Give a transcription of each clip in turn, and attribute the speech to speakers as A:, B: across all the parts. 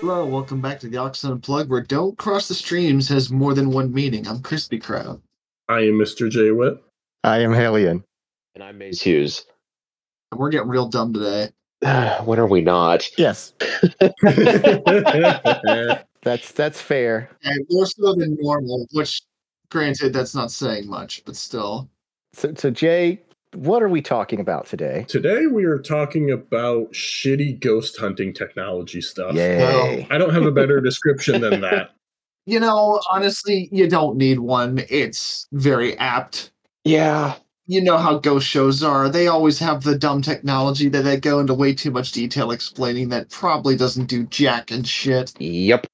A: Hello, welcome back to Galaxy Unplugged, where Don't Cross the Streams has more than one meaning. I'm Crispy Crab.
B: I am Mr. J. Witt.
C: I am Halion.
D: And I'm Maze Hughes.
A: And we're getting real dumb today.
D: "Ah, when are we not?
C: Yes, that's that's fair.
A: And more so than normal, which, granted, that's not saying much, but still.
C: So, so Jay, what are we talking about today?
B: Today we are talking about shitty ghost hunting technology stuff.
C: Yay!
B: I don't have a better description than that.
A: You know, honestly, you don't need one. It's very apt.
D: Yeah.
A: You know how ghost shows are. They always have the dumb technology that they go into way too much detail explaining that probably doesn't do jack and shit.
D: Yep.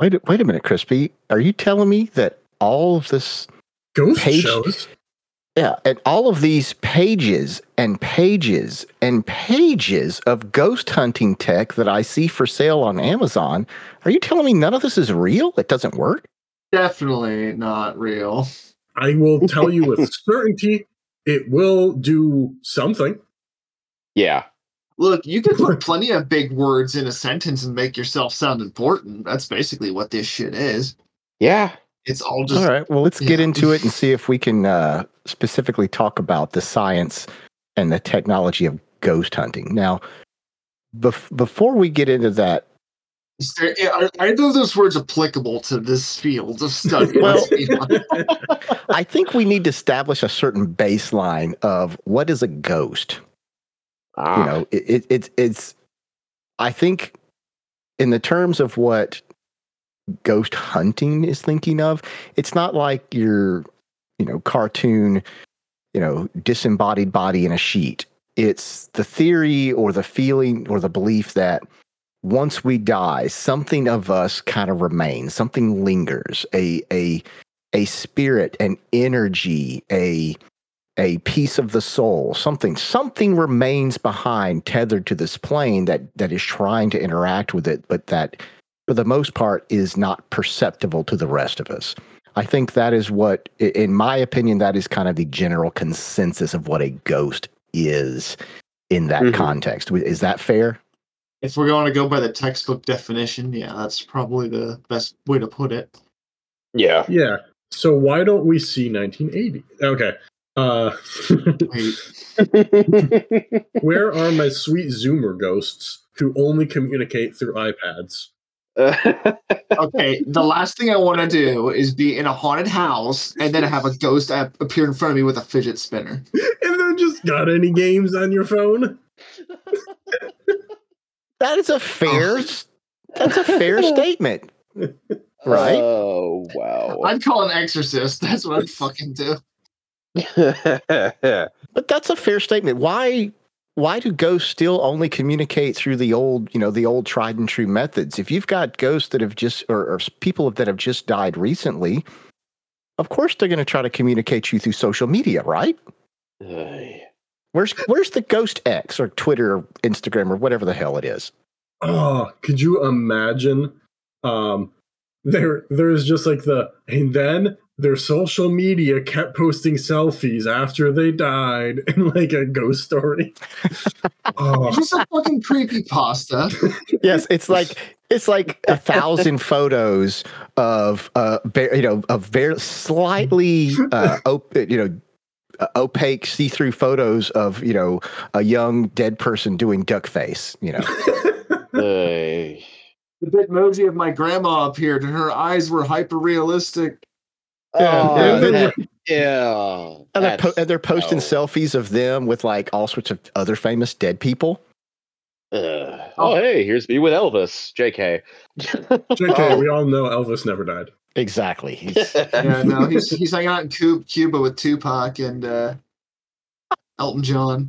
C: Wait, a- wait a minute, Crispy. Are you telling me that all of this,
B: Ghost
C: Page-
B: shows.
C: yeah, and all of these pages and pages and pages of ghost hunting tech that I see for sale on Amazon, are you telling me none of this is real? It doesn't work?
A: Definitely not real.
B: I will tell you with certainty it will do something.
D: Yeah.
A: Look, you can put plenty of big words in a sentence and make yourself sound important. That's basically what this shit is.
D: Yeah.
A: It's all just
C: All right. Well, let's get
A: Yeah.
C: into it and see if we can uh, specifically talk about the science and the technology of ghost hunting. Now, bef- before we get into that,
A: Is there, are either of those words applicable to this field of study?
C: Well-
A: Let's be honest.
C: I think we need to establish a certain baseline of what is a ghost.
D: Ah,
C: You know, it, it, it's it's. I think, in the terms of what ghost hunting is thinking of, it's not like your, you know, cartoon, you know, disembodied body in a sheet. It's the theory or the feeling or the belief that once we die, something of us kind of remains, something lingers, a a a spirit, an energy, a a piece of the soul, something, something remains behind, tethered to this plane that that is trying to interact with it, but that for the most part is not perceptible to the rest of us. I think that is what, i- in my opinion, that is kind of the general consensus of what a ghost is in that
D: Mhm.
C: context. W- Is that fair?
A: if we're going to go by the textbook definition, yeah, that's probably the best way to put it.
D: yeah.
B: Yeah. So why don't we see 1980? Okay. Uh
A: Wait,
B: where are my sweet zoomer ghosts who only communicate through iPads?
A: okay, the last thing I want to do is be in a haunted house and then have a ghost ap- appear in front of me with a fidget spinner.
B: And they're just got any games on your phone?
C: That is a fair. s- that's a fair statement. Right.
D: Oh, wow.
A: I'd call an exorcist. That's what I'd fucking do.
C: But that's a fair statement. Why why do ghosts still only communicate through the old, you know, the old tried and true methods? If you've got ghosts that have just or, or people that have just died recently, of course they're going to try to communicate you through social media, right?
D: Ay.
C: Where's where's the ghost X or Twitter or Instagram or whatever the hell it is?
B: Oh, could you imagine? Um, there, there's just like the, and then their social media kept posting selfies after they died, and like a ghost story. oh,
A: It's a fucking creepy pasta.
C: Yes, it's like it's like a thousand photos of uh, bare, you know, of bare, slightly uh, op- you know, uh, opaque, see-through photos of you know a young dead person doing duck face. You know,
D: Ay.
A: The bitmoji of my grandma appeared, and her eyes were hyper realistic.
D: Oh,
C: yeah,
D: that-
C: they're-
D: yeah.
C: and they're, po-
D: that's-
C: and they're posting
D: no.
C: selfies of them with like all sorts of other famous dead people.
D: Ugh. oh, hey, here's me with Elvis, JK.
C: Oh.
B: JK, we all know Elvis never died.
C: Exactly. He's-
A: yeah, no, he's he's hanging out in Cuba, Cuba with Tupac and uh, Elton John.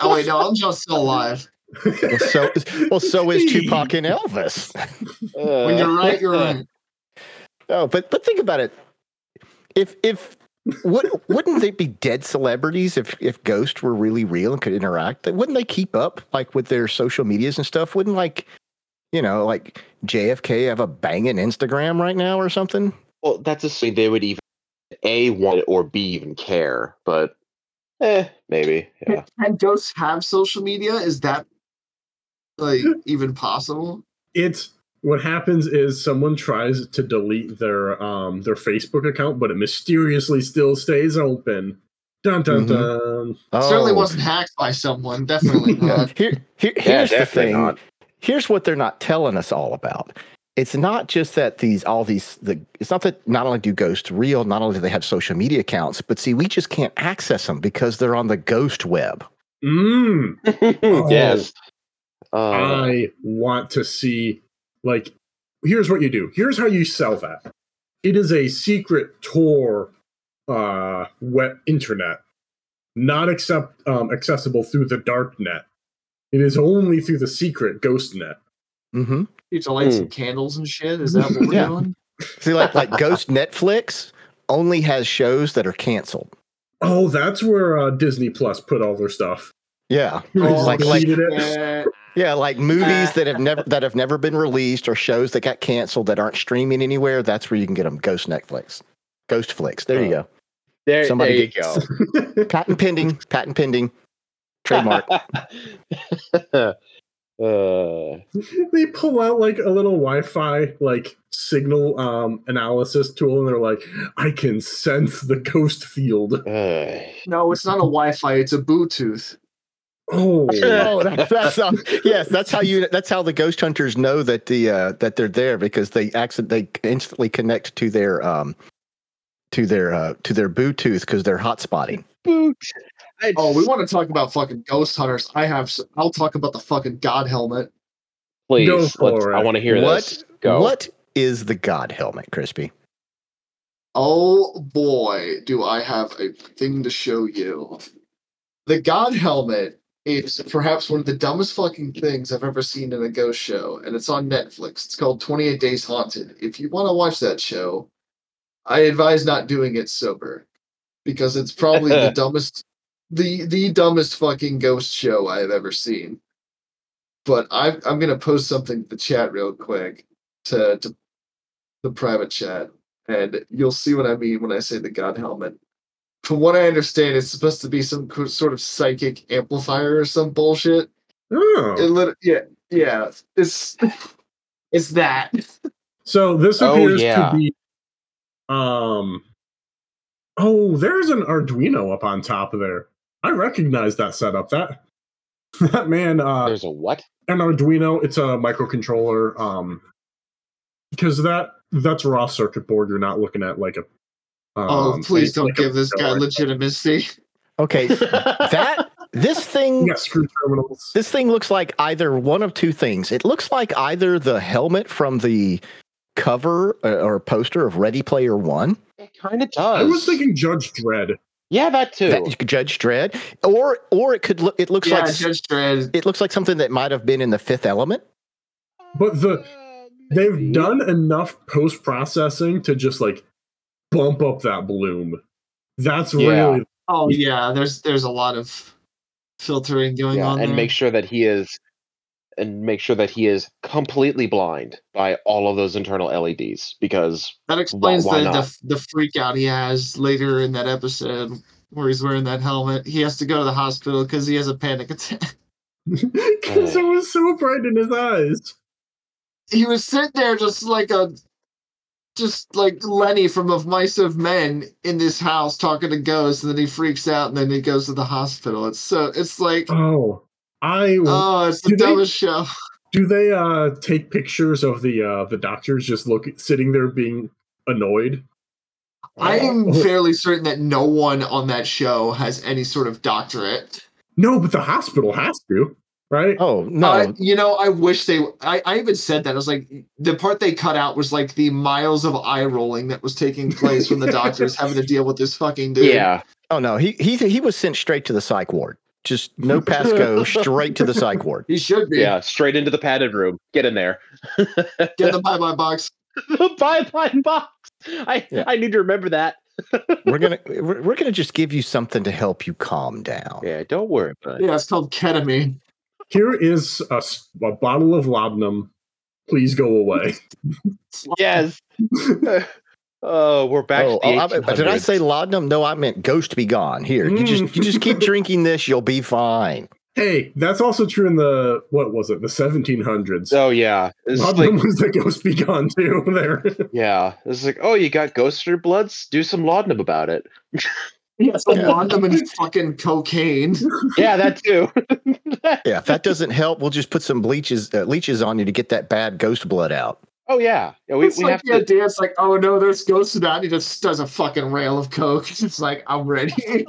A: Oh wait, no, Elton John's still alive.
C: well, so well, so is Tupac and Elvis.
D: Uh,
A: When you're right, you're
C: Uh,
A: right.
C: Oh, but but think about it. If if would, wouldn't they be dead celebrities if if ghosts were really real and could interact? Then Wouldn't they keep up like with their social medias and stuff? Wouldn't like you know like JFK have a banging Instagram right now or something?
D: Well, that's assuming they would even a want it or b even care, but eh, maybe. Yeah.
A: Can ghosts have social media? Is that like even possible?
B: It's what happens is someone tries to delete their um their Facebook account, but it mysteriously still stays open. Dun dun
C: Mhm.
B: dun.
A: Certainly
C: Oh.
A: wasn't hacked by someone. Definitely not.
C: Here, here,
D: Yeah,
C: here's the
D: definitely
C: thing.
D: not.
C: here's what they're not telling us all about. It's not just that these all these the it's not that not only do ghosts real, not only do they have social media accounts, but see, we just can't access them because they're on the ghost web.
B: Mm,
D: yes. Oh, Uh,
B: I want to see like here's what you do. Here's how you sell that. It is a secret Tor uh web internet, not accept um accessible through the dark net. It is only through the secret ghost net.
C: hmm
A: You to light some candles and shit. Is that what we're
C: Yeah.
A: doing?
C: See, like like ghost Netflix only has shows that are canceled.
B: Oh, that's where uh, Disney Plus put all their stuff.
C: Yeah,
B: They
A: Oh,
B: just
C: like like
B: deleted it.
A: Yeah.
C: yeah, like movies that have never that have never been released or shows that got canceled that aren't streaming anywhere. That's where you can get them. Ghost Netflix, Ghost Flicks. There you go.
D: there,
C: somebody
D: there you
C: get-
D: go.
C: Patent pending. Patent pending. Trademark.
D: uh,
B: they pull out like a little Wi-Fi like signal um, analysis tool, and they're like, "I can sense the ghost field."
D: uh,
A: No, it's not a Wi-Fi. It's a Bluetooth.
B: Oh,
C: oh, that, that's how, yes. That's how you. That's how the ghost hunters know that the uh, that they're there because they accident they instantly connect to their um to their uh, to their Bluetooth because they're hotspotting.
D: boot. I
A: Oh, we want to talk about fucking ghost hunters. I have. s- I'll talk about the fucking god helmet.
D: please.
B: Go
D: let's-
B: for
D: I
B: it.
D: want to hear
C: What?
D: this. Go.
C: What is the God helmet, Crispy?
A: Oh boy, do I have a thing to show you. The god helmet is perhaps one of the dumbest fucking things I've ever seen in a ghost show, and it's on Netflix. It's called 28 Days Haunted. If you want to watch that show, I advise not doing it sober because it's probably the dumbest the the dumbest fucking ghost show I have ever seen. But I I'm going to post something to the chat real quick to to the private chat and you'll see what I mean when I say the God helmet. From what I understand, it's supposed to be some co- sort of psychic amplifier or some bullshit. It
B: oh.
A: lit- yeah, yeah, it's it's that.
B: so this
D: Oh,
B: appears
D: yeah.
B: to be. Um. Oh, there's an Arduino up on top of there. I recognize that setup. That that man. Uh,
D: There's a what?
B: an Arduino. It's a microcontroller. Um, because that that's raw circuit board. You're not looking at like a.
A: oh,
B: um,
A: please don't
B: like a-
A: give this guy
B: like a-
A: legitimacy.
C: Okay, that this thing
B: Yeah, screw terminals.
C: this thing looks like either one of two things. It looks like either the helmet from the cover uh, or poster of Ready Player One.
D: It kind of does.
B: I was thinking Judge Dredd.
D: Yeah, that too.
C: that Judge Dredd, or or it could look. It looks
A: yeah,
C: like
A: Judge Dredd.
C: it looks like something that might have been in the Fifth Element.
B: But the-
D: Uh, maybe.
B: They've done enough post processing to just like bump up that bloom. That's
D: Yeah.
B: really
A: Oh yeah, there's there's a lot of filtering going
D: yeah,
A: on.
D: and
A: there.
D: make sure that he is and make sure that he is completely blind by all of those internal LEDs because
A: that explains
D: why
A: the,
D: not?
A: the the freak out he has later in that episode where he's wearing that helmet. He has to go to the hospital because he has a panic attack.
B: because it was so bright in his eyes.
A: he was sitting there just like a just like Lenny from Of Mice of Men in this house talking to ghosts, and then he freaks out and then he goes to the hospital. It's so it's like
B: Oh,
D: Uh,
B: I
A: oh, it's the
B: do they-
A: dumbest show.
B: Do they uh take pictures of the uh the doctors just look sitting there being annoyed?
A: I am
B: Oh.
A: fairly certain that no one on that show has any sort of doctorate.
B: No, but the hospital has to, right?
D: Uh.
C: Oh no,
A: I- you know, I wish they. I, I even said that. I was like, the part they cut out was like the miles of eye rolling that was taking place when the doctor is having to deal with this fucking dude.
D: yeah,
C: oh no. He he he was sent straight to the psych ward. Just no pass go, straight to the psych ward.
A: he should be.
D: yeah, straight into the padded room. Get in there.
A: Get the bye bye box.
D: bye bye box. I
C: Yeah.
D: I need to remember that.
C: We're gonna we're, we're gonna just give you something to help you calm down.
D: Yeah, don't worry about it.
A: Yeah, it's called ketamine.
B: Here is a, s- a bottle of laudanum. Please go away.
D: Yes. Oh, we're back.
C: Oh,
D: to the
C: oh, I- did I
D: 1800s. Mm.
C: say laudanum? No, I meant ghost be gone. Here, you just you just keep drinking this, you'll be fine.
B: Hey, that's also true in the what was it? The 1700s.
D: Oh yeah, it's
B: One of
D: like
B: them was the ghost beacon too. There,
D: yeah, it's like oh, you got ghosts in your bloods? Do some laudanum about it.
A: Yes, I
C: Yeah.
A: want them in fucking cocaine.
D: Yeah, that too.
C: Yeah, if that doesn't help, we'll just put some bleaches uh, leeches on you to get that bad ghost blood out.
D: oh yeah, yeah we,
A: it's
D: we
A: like
D: have
A: the
D: to.
A: idea. It's like, oh no, there's ghosts in that. and He just does a fucking rail of coke. It's like I'm ready.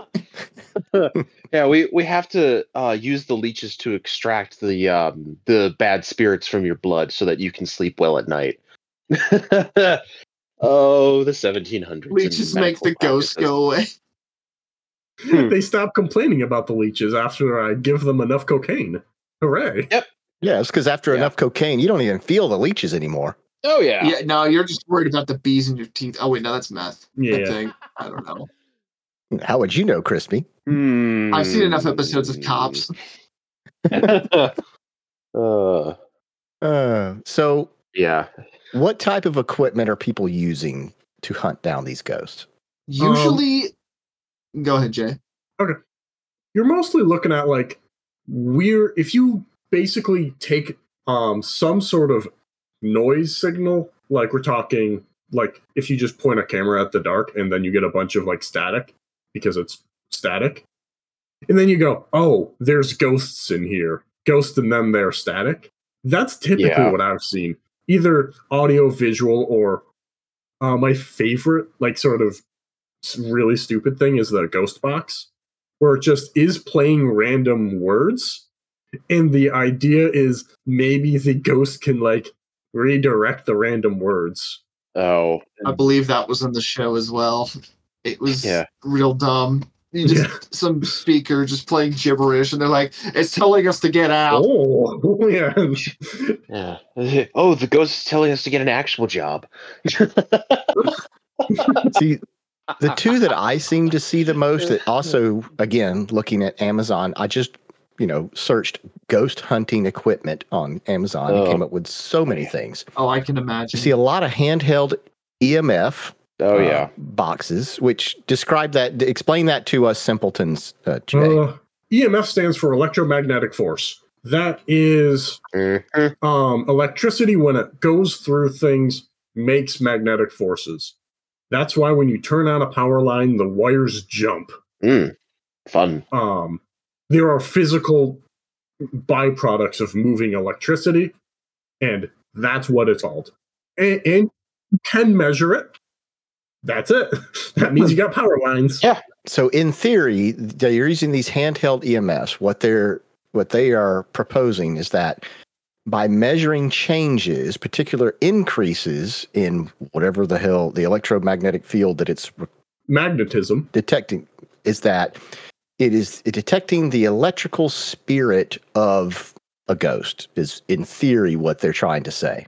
D: Yeah, we we have to uh, use the leeches to extract the um, the bad spirits from your blood so that you can sleep well at night. oh, the 1700s.
A: Leeches
D: and
A: make the
D: medical
A: ghosts
D: practices.
A: go away.
D: Hmm.
B: they stop complaining about the leeches after I give them enough cocaine. Hooray!
C: Yeah, it's because after
D: Yeah.
C: enough cocaine, you don't even feel the leeches anymore.
D: Oh yeah.
A: Yeah. no, you're just worried about the bees in your teeth. Oh wait, no, that's meth. I
B: Yeah.
A: think. I don't know.
C: How would you know, Crispy?
A: I've seen enough
D: Hmm.
A: episodes of Cops.
D: uh,
C: Uh, so,
D: yeah.
C: what type of equipment are people using to hunt down these ghosts?
A: Usually, go ahead, Jay.
B: you're mostly looking at like weird if you basically take um some sort of noise signal like we're talking like if you just point a camera at the dark and then you get a bunch of like static because it's static and then you go oh there's ghosts in here ghosts and then they're static that's typically
D: Yeah.
B: what i've seen either audio visual or uh, my favorite like sort of s- really stupid thing is the ghost box where it just is playing random words. And the idea is maybe the ghost can like redirect the random words.
D: Oh.
A: I believe that was in the show as well. It was
D: Yeah.
A: real dumb. You just
B: Yeah.
A: some speaker just playing gibberish, and they're like, "It's telling us to get out."
B: Oh, yeah.
D: Yeah. Oh, the ghost is telling us to get an actual job.
C: See, the two that I seem to see the most that also, again, looking at Amazon, I just, you know, searched ghost hunting equipment on Amazon and
D: Oh.
C: came up with so many things.
A: Oh, I can
C: You
A: imagine.
C: see a lot of handheld EMF
D: Oh
C: uh,
D: yeah.
C: boxes, which describe that, explain that to us simpletons uh, today.
B: Uh, EMF stands for electromagnetic force. That is
C: Uh-huh.
D: Mhm.
B: um, electricity when it goes through things makes magnetic forces. That's why when you turn on a power line, the wires jump.
D: Mm. Fun.
B: um, there are physical byproducts of moving electricity, and that's what it's called. And, and you can measure it. That's it. That means you got power lines.
D: Yeah.
C: so in theory they're using these handheld EMFs what they're what they are proposing is that by measuring changes particular increases in whatever the hell the electromagnetic field that it's
B: Magnetism.
C: detecting is that it is detecting the electrical spirit of a ghost is in theory what they're trying to say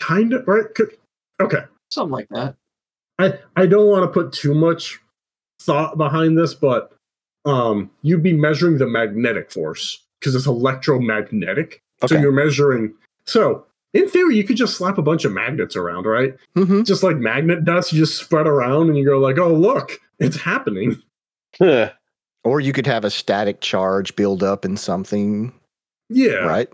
B: Kind of, right? Could- Okay.
A: Something like that.
B: I, I don't want to put too much thought behind this, but um, you'd be measuring the magnetic force because it's electromagnetic. So
C: okay
B: you're measuring. So, in theory, you could just slap a bunch of magnets around, right?
C: hmm
B: just like magnet dust, you just spread around and you go like, oh look, it's happening.
D: Huh.
C: or you could have a static charge build up in something
B: Yeah.
C: right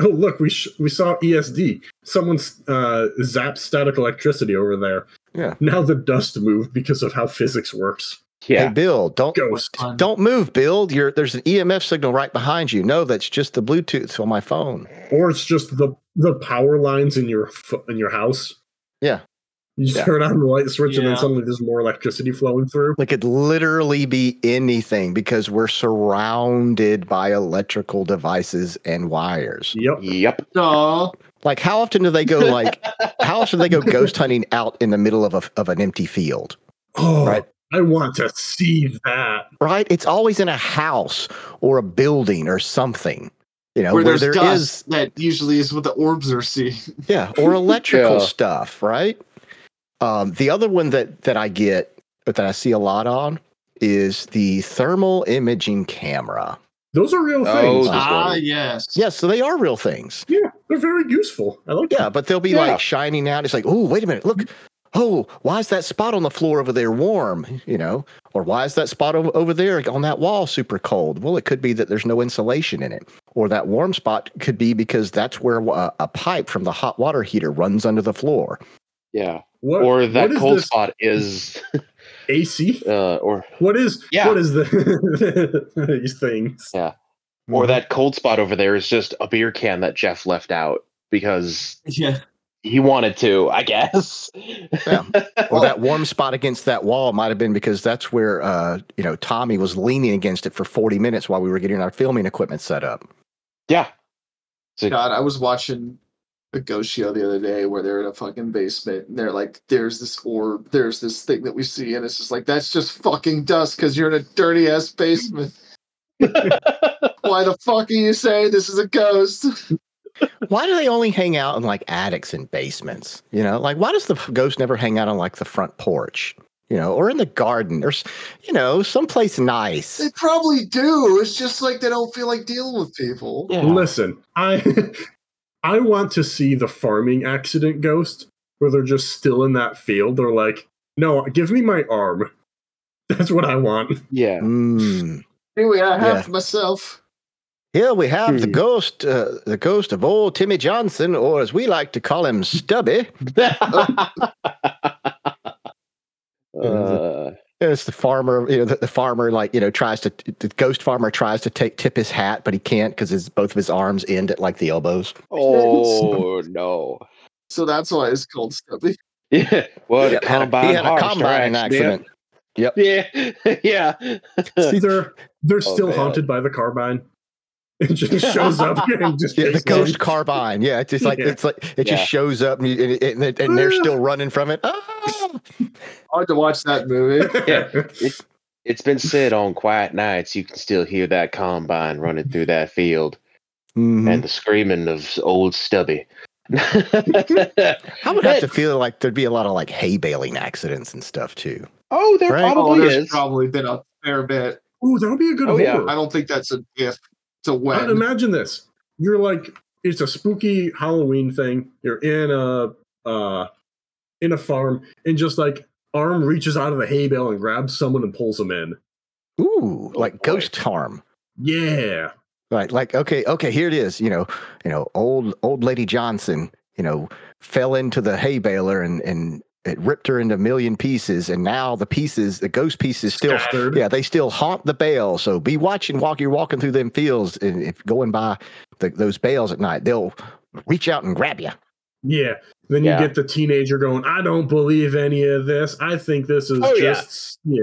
B: Oh look, we sh- we saw E ESD. Someone uh, zapped static electricity over there.
C: Yeah.
B: Now the dust moved because of how physics works.
C: hey
D: yeah.
C: bill don't
B: Ghost.
A: Fun.
C: Don't move, Bill. You're, there's an EMF signal right behind you. No, that's just the Bluetooth on my phone.
B: Or it's just the the power lines in your f- in your house.
C: Yeah.
B: You just
C: Yeah.
B: turn on the light switch and
A: Yeah.
B: then suddenly there's more electricity flowing through.
C: It could literally be anything because we're surrounded by electrical devices and wires.
B: Yep.
D: Yep.
A: No,
C: Like, how often do they go like? how often do they go ghost hunting out in the middle of a, of an empty field?
B: Oh,
C: Right.
B: I want to see that.
C: Right? It's always in a house or a building or something. You know,
A: where,
C: where,
A: there's
C: there
A: dust.
C: is-
A: That usually is what the orbs are seeing.
C: yeah or electrical
D: Yeah.
C: stuff right um the other one that that i get that i see a lot on is the thermal imaging camera
B: Those are real
D: Oh,
B: things.
D: Just
A: Ah,
D: one.
A: yes.
C: yeah so they are real things
B: yeah, they're very useful. I like that.
C: yeah but they'll be
D: Yeah.
C: like shining out it's like oh wait a minute look oh, why is that spot on the floor over there warm? You know, or why is that spot over, over there on that wall super cold? Well, it could be that there's no insulation in it, or that warm spot could be because that's where uh, a, a pipe from the hot water heater runs under the floor.
D: Yeah.
B: What,
D: Or
B: what
D: that
B: is
D: cold
B: this
D: spot is,
B: AC?
D: uh, or
B: What is
D: Yeah.
B: what is the these things?
C: Mm-hmm.
D: or that cold spot over there is just a beer can that Jeff left out because
A: Yeah.
D: he wanted to, I guess.
C: Yeah. or that warm spot against that wall might have been because that's where uh, you know Tommy was leaning against it for 40 minutes while we were getting our filming equipment set up.
D: yeah. So,
A: God, I was watching a ghost show the other day where they're in a fucking basement and they're like, there's this orb, there's this thing that we see, and it's just like, that's just fucking dust because you're in a dirty ass basement. Why the fuck are you saying this is a ghost?
C: Why do they only hang out in like attics and basements? You know, like why does the ghost never hang out on like the front porch? You know, or in the garden, or s- you know, someplace nice.
A: They probably do. It's just like they don't feel like dealing with people.
D: yeah.
B: Listen, I I want to see the farming accident ghost where they're just still in that field. They're like, no, give me my arm. That's what I want.
D: yeah.
C: Mm.
A: Anyway, I have myself.
C: Here we have the
D: Hmm.
C: ghost, uh, the ghost of old Timmy Johnson, or as we like to call him, Stubby.
D: Uh,
C: It's the farmer, you know, the, the farmer, like, you know, tries to, the ghost farmer tries to take, tip his hat, but he can't because his, both of his arms end at like the elbows.
D: oh no!
A: So that's why it's called Stubby.
D: Yeah, what
C: Yep,
D: a
C: had a-
D: combine
C: he had a
D: harvest,
C: combine
D: right,
C: accident.
D: man? Yeah, yeah.
B: See, they're they're still
D: Oh, man.
B: haunted by the carbine. It just shows up and just
C: Yeah, the
B: takes
C: ghost
B: them.
C: carbine. Yeah, it's just like,
B: Yeah.
C: it's like, it
D: Yeah.
C: just shows up and, you, and, it- and, it- and they're still running from it. Ah!
A: Hard to watch that movie.
D: Yeah. It's been said on quiet nights you can still hear that combine running through that field
C: Mhm.
D: and the screaming of old Stubby. Oh,
C: I would have to
D: That's-
C: feel like there'd be a lot of like hay baling accidents and stuff too.
D: Oh, there
C: Right.
A: Oh,
D: probably
A: there's
D: is.
A: probably been a fair bit.
B: Ooh, that would be a good
D: Oh, yeah.
B: horror.
A: I don't think that's a if, it's a
B: God,
A: when.
B: imagine this. You're like it's a spooky Halloween thing. You're in a uh in a farm and just like arm reaches out of the hay bale and grabs someone and pulls them in.
C: Ooh,
D: Oh,
C: like
D: boy.
C: ghost harm.
B: Yeah.
C: Right, like okay, okay, here it is. You know, you know, old old lady Johnson, you know, fell into the hay baler and and it ripped her into a million pieces, and now the pieces, the ghost pieces, still,
B: Scattered.
C: yeah, they still haunt the bale. So be watching while you're walking through them fields and if going by the, those bales at night, they'll reach out and grab you.
B: Yeah. Then
D: Yeah.
B: you get the teenager going, I don't believe any of this. I think this is
D: Oh, yeah.
B: just yeah.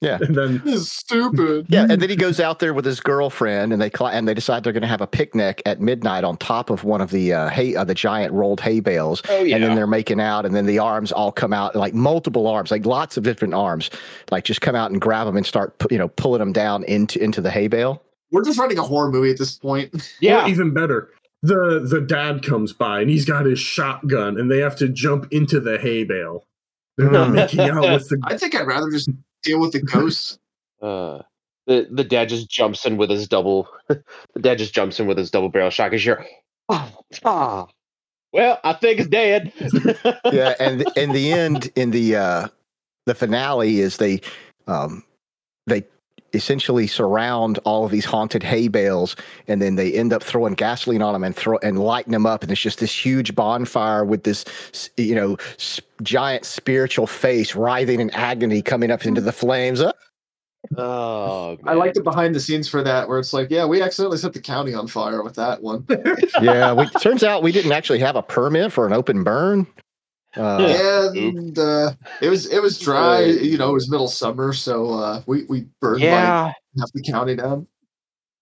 C: Yeah.
B: And then
A: This is stupid.
C: Yeah, and then he goes out there with his girlfriend, and they cli- and they decide they're going to have a picnic at midnight on top of one of the uh, hay, uh, the giant rolled hay bales.
D: Oh yeah.
C: and then they're making out, and then the arms all come out, like multiple arms, like lots of different arms, like just come out and grab them and start, pu- you know, pulling them down into into the hay bale.
A: We're just writing a horror movie at this point.
B: Or
D: yeah.
B: even better. The the dad comes by and he's got his shotgun and they have to jump into the hay bale. They're not making out with the
A: I think I'd rather just deal with the ghosts.
D: Uh, the the dad just jumps in with his double. the dad just jumps in with his double barrel shotgun. You're, ah, ah. Well, I think it's dead.
C: Yeah, and th- in the end, in the uh, the finale, is they um, they essentially surround all of these haunted hay bales, and then they end up throwing gasoline on them and throw and lighting them up, and it's just this huge bonfire with this s- you know s- giant spiritual face writhing in agony coming up into the flames. Uh,
D: Oh,
A: I like
D: man.
A: the behind the scenes for that, where it's like, yeah, we accidentally set the county on fire with that one.
C: yeah, we, turns out we didn't actually have a permit for an open burn. Uh,
A: and uh, it was it was dry. You know, it was middle summer, so uh, we we burned like
D: Yeah,
A: half the county down.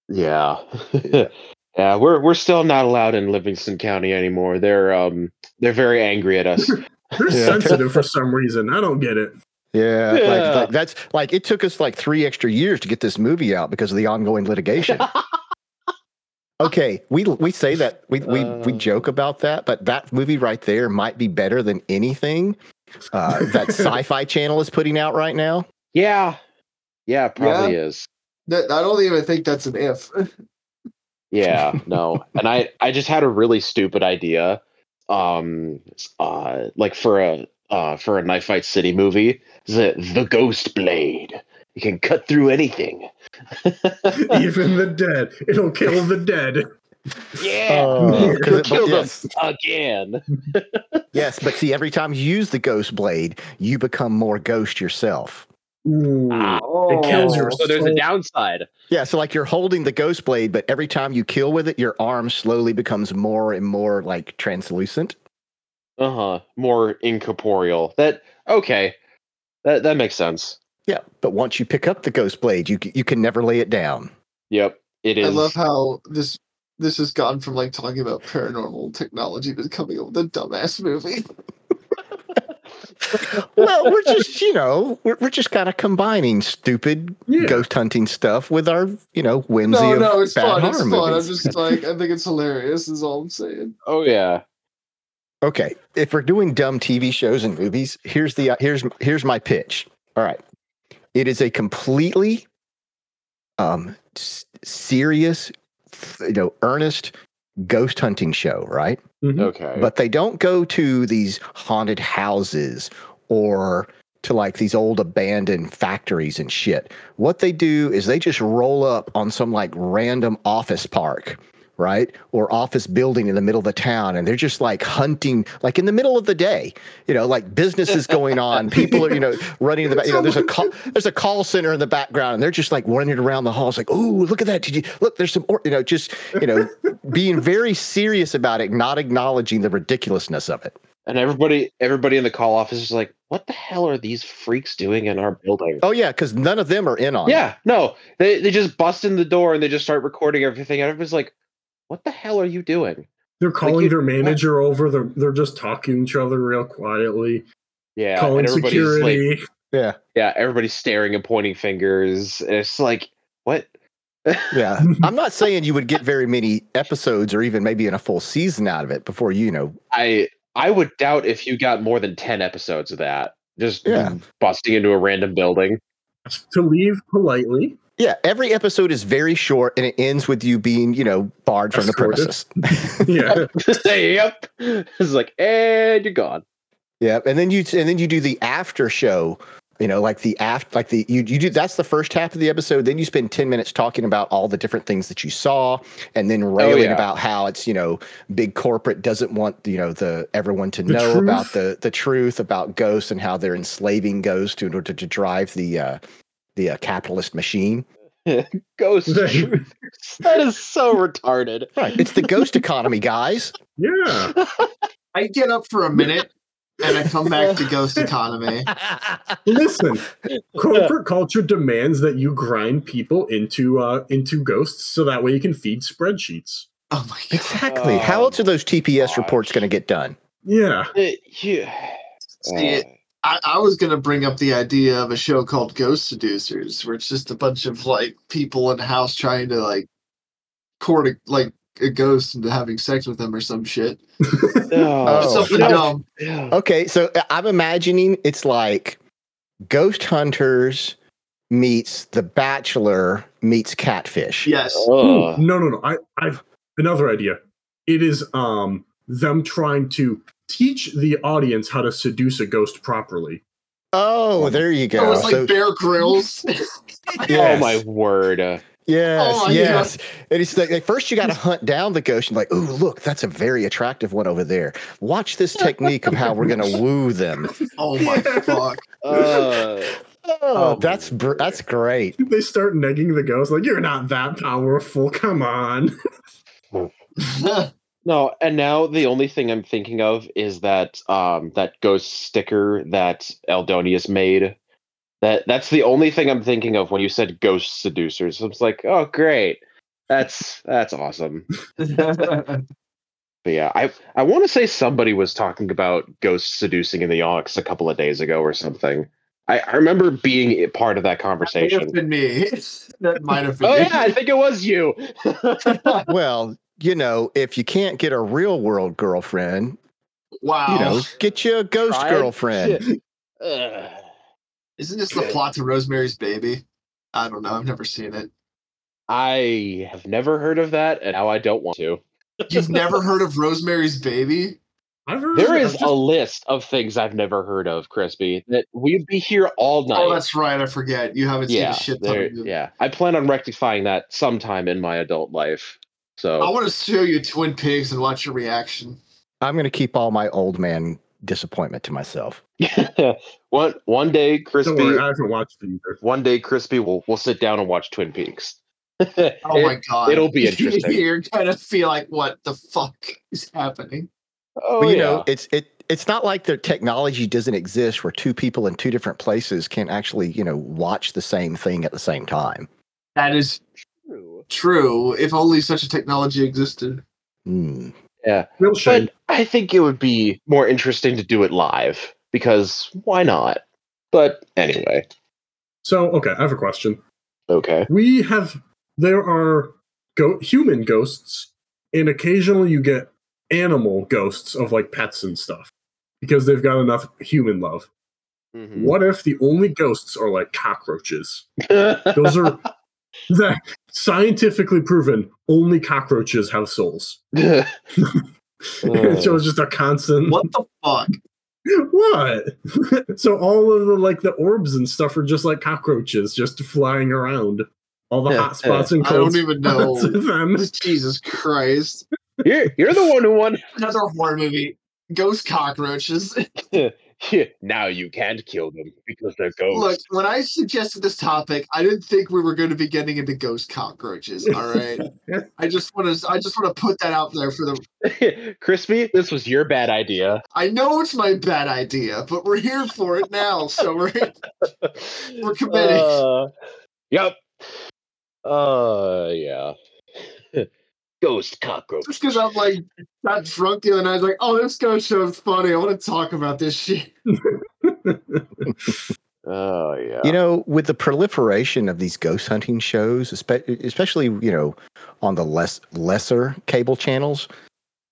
D: yeah, yeah. We're we're still not allowed in Livingston County anymore. They're um they're very angry at us.
B: They're
C: Yeah.
B: sensitive for some reason. I don't get it.
C: yeah,
D: Yeah.
C: Like, like that's like it took us like three extra years to get this movie out because of the ongoing litigation. okay, we we say that we we, we
D: Uh.
C: joke about that, but that movie right there might be better than anything uh, that Sci-Fi Channel is putting out right now.
D: yeah, yeah, it probably is.
A: That, I don't even think that's an if.
D: Yeah, no. And I I just had a really stupid idea um s- uh like for a uh, for a Knife Fight City movie the, the Ghost Blade. You can cut through anything.
B: Even the dead. It'll kill the dead.
D: Yeah,
C: Oh, 'cause
D: You'll
C: it-
D: kill them
C: yes,
D: again.
C: yes, but see, every time you use the ghost blade, you become more ghost yourself.
B: Ooh.
D: Ah,
A: Oh,
B: kills your
D: so there's a
B: soul.
D: downside.
C: Yeah, so like you're holding the ghost blade, but every time you kill with it, your arm slowly becomes more and more like translucent.
D: Uh huh. More incorporeal. That okay. That that makes sense.
C: Yeah, but once you pick up the ghost blade, you c- you can never lay it down.
D: Yep. It is.
A: I love how this this has gone from like talking about paranormal technology to coming up with a dumbass movie.
C: well, we're just you know we're we're just kind of combining stupid
B: Yeah.
C: ghost hunting stuff with our you know whimsy
A: No,
C: of
A: no, it's
C: bad
A: fun.
C: horror
A: It's fun.
C: movies.
A: I'm just like I think it's hilarious. Is all I'm saying.
D: oh yeah.
C: Okay, if we're doing dumb TV shows and movies, here's the uh, here's here's my pitch. All right, it is a completely um s- serious, f- you know, earnest ghost hunting show, right?
B: Mm-hmm.
A: Hmm?
D: Okay.
C: But they don't go to these haunted houses or to like these old abandoned factories and shit. What they do is they just roll up on some like random office park, right? Or office building in the middle of the town and they're just like hunting like in the middle of the day. You know, like business is going on, people are, you know, running in the back, you know, there's a call there's a call center in the background and they're just like running around the halls like, "Oh, look at that. Did you look, there's some or-" you know, just, you know, being very serious about it, not acknowledging the ridiculousness of it.
D: and everybody everybody in the call office is like, what the hell are these freaks doing in our building?
C: Oh yeah, because none of them are in on it.
D: Yeah, no. They they just bust in the door and they just start recording everything. And everybody's like, what the hell are you doing?
B: They're calling
D: you-
B: their manager over. They're, they're just talking to each other real quietly.
D: Yeah.
B: calling
D: and everybody's Like,
B: security.
C: Yeah.
D: yeah, everybody's staring and pointing fingers. And it's like, what?
C: Yeah. I'm not saying you would get very many episodes or even maybe in a full season out of it before you know.
D: I I would doubt if you got more than ten episodes of that. Just
C: Yeah.
D: busting into a random building.
B: Ask to leave politely.
C: Yeah. Every episode is very short and it ends with you being, you know, barred from the
B: Escorted.
C: premises.
B: Yeah.
D: yep. It's like, and you're gone.
C: Yeah. And then you and then you do the after show. You know, like the after, like the you you do. That's the first half of the episode. Then you spend ten minutes talking about all the different things that you saw, and then railing
D: Oh, yeah.
C: about how it's you know big corporate doesn't want you know the everyone to
B: The
C: know about
B: truth.
C: the the truth about ghosts and how they're enslaving ghosts in order to drive the uh, the uh, capitalist machine.
D: Ghost
B: Right.
D: truthers. That is so retarded.
C: Right, it's the ghost economy, guys.
B: yeah.
A: I get up for a minute and I come back to Ghost Economy.
B: Listen, corporate culture demands that you grind people into uh, into ghosts so that way you can feed spreadsheets.
A: Oh my god!
C: Exactly.
D: Oh
C: how else are those TPS
D: gosh.
C: reports going to get done?
B: Yeah.
D: Eh, yeah.
A: See,
D: Uh,
A: it, I, I was gonna bring up the idea of a show called Ghost Seducers, where it's just a bunch of like people in a house trying to like court a, like a ghost into having sex with them or some shit.
D: uh, no.
C: Oh.
A: Something
D: You know-
A: dumb.
D: Yeah.
C: Okay, so I- I'm imagining it's like Ghost Hunters meets The Bachelor meets Catfish.
A: Yes.
B: Ooh,
D: Ugh.
B: no, no, no. I, I've another idea. It is um them trying to teach the audience how to seduce a ghost properly.
C: Oh, there you go.
A: it was like
C: So-
A: Bear Grylls.
D: Oh
C: yes,
D: my word. Uh,
C: Yes,
A: Oh my
C: yes. And it's like, like first you got to hunt down the ghost and like, oh look, that's a very attractive one over there. Watch this technique of how we're gonna woo them.
A: oh my fuck!
D: uh,
C: Oh,
D: Oh,
C: that's
D: my
C: br- that's great.
B: They start negging the ghost like you're not that powerful. Come on.
D: no, and now the only thing I'm thinking of is that um that ghost sticker that Eldonius made. That that's the only thing I'm thinking of when you said ghost seducers. I was like, oh great. That's that's awesome. But yeah, I I want to say somebody was talking about ghost seducing in the Onyx a couple of days ago or something. I, I remember being a part of that
A: May
D: conversation.
A: have been me. That might have been.
D: Oh
A: me.
D: yeah, I think it was you.
C: Well, you know, if you can't get a real world girlfriend,
A: Wow.
C: you know, get you a ghost
D: Try it.
C: girlfriend.
D: Ugh.
A: Isn't this the plot to Rosemary's Baby? I don't know. I've never seen it.
D: I have never heard of that, and now I don't want to.
A: You've never heard of Rosemary's Baby?
B: I've heard
D: There
B: I've
D: is
B: just-
D: a list of things I've never heard of, Crispy. That we'd be here all night.
A: Oh, that's right. I forget. You haven't
D: yeah,
A: seen a shit ton
D: there-
A: of them.
D: yeah. I plan on rectifying that sometime in my adult life. So
A: I want to show you Twin Pigs and watch your reaction.
C: I'm going to keep all my old man disappointment to myself.
D: one one day,
B: Don't
D: Crispy.
B: worry, I haven't watched it either.
D: One day, Crispy will will sit down and watch Twin Peaks.
A: Oh my god,
D: it'll be interesting.
A: You're gonna feel like, what the fuck is happening?
D: Oh,
C: but you
D: yeah.
C: know, it's it it's not like the technology doesn't exist where two people in two different places can actually you know watch the same thing at the same time.
A: That is
D: True.
A: true. If only such a technology existed.
C: Hmm.
B: Real shame.
D: But I think it would be more interesting to do it live because why not? But anyway,
B: So, okay, I have a question.
D: okay.
B: We have there are go- human ghosts, and occasionally you get animal ghosts of like pets and stuff because they've got enough human love.
D: Hmm.
B: What if the only ghosts are like cockroaches? Those are that scientifically proven only cockroaches have souls.
D: Uh, Oh.
B: so it's just a constant
A: What the fuck?
B: what? so all of the like the orbs and stuff are just like cockroaches, just flying around. All the
D: Yeah,
B: hot spots and
A: I don't
B: cold
A: even know.
B: spots of them.
A: Jesus Christ!
D: you're, you're the one who won.
A: Another horror movie. Ghost cockroaches.
D: now you can't kill them because they're
A: Look,
D: ghosts.
A: when I suggested this topic, I didn't think we were going to be getting into ghost cockroaches. All right, I just want to, I just want to put that out there for the.
D: Crispy, this was your bad idea.
A: I know it's my bad idea, but we're here for it now, so we're We're committed.
D: Uh, yep. Uh, yeah. Ghost cockroach.
A: just because I'm like got drunk the other night. I was like, oh, this ghost show's funny. I want to talk about this shit.
D: Oh yeah.
C: You know, with the proliferation of these ghost hunting shows, espe- especially you know on the less lesser cable channels,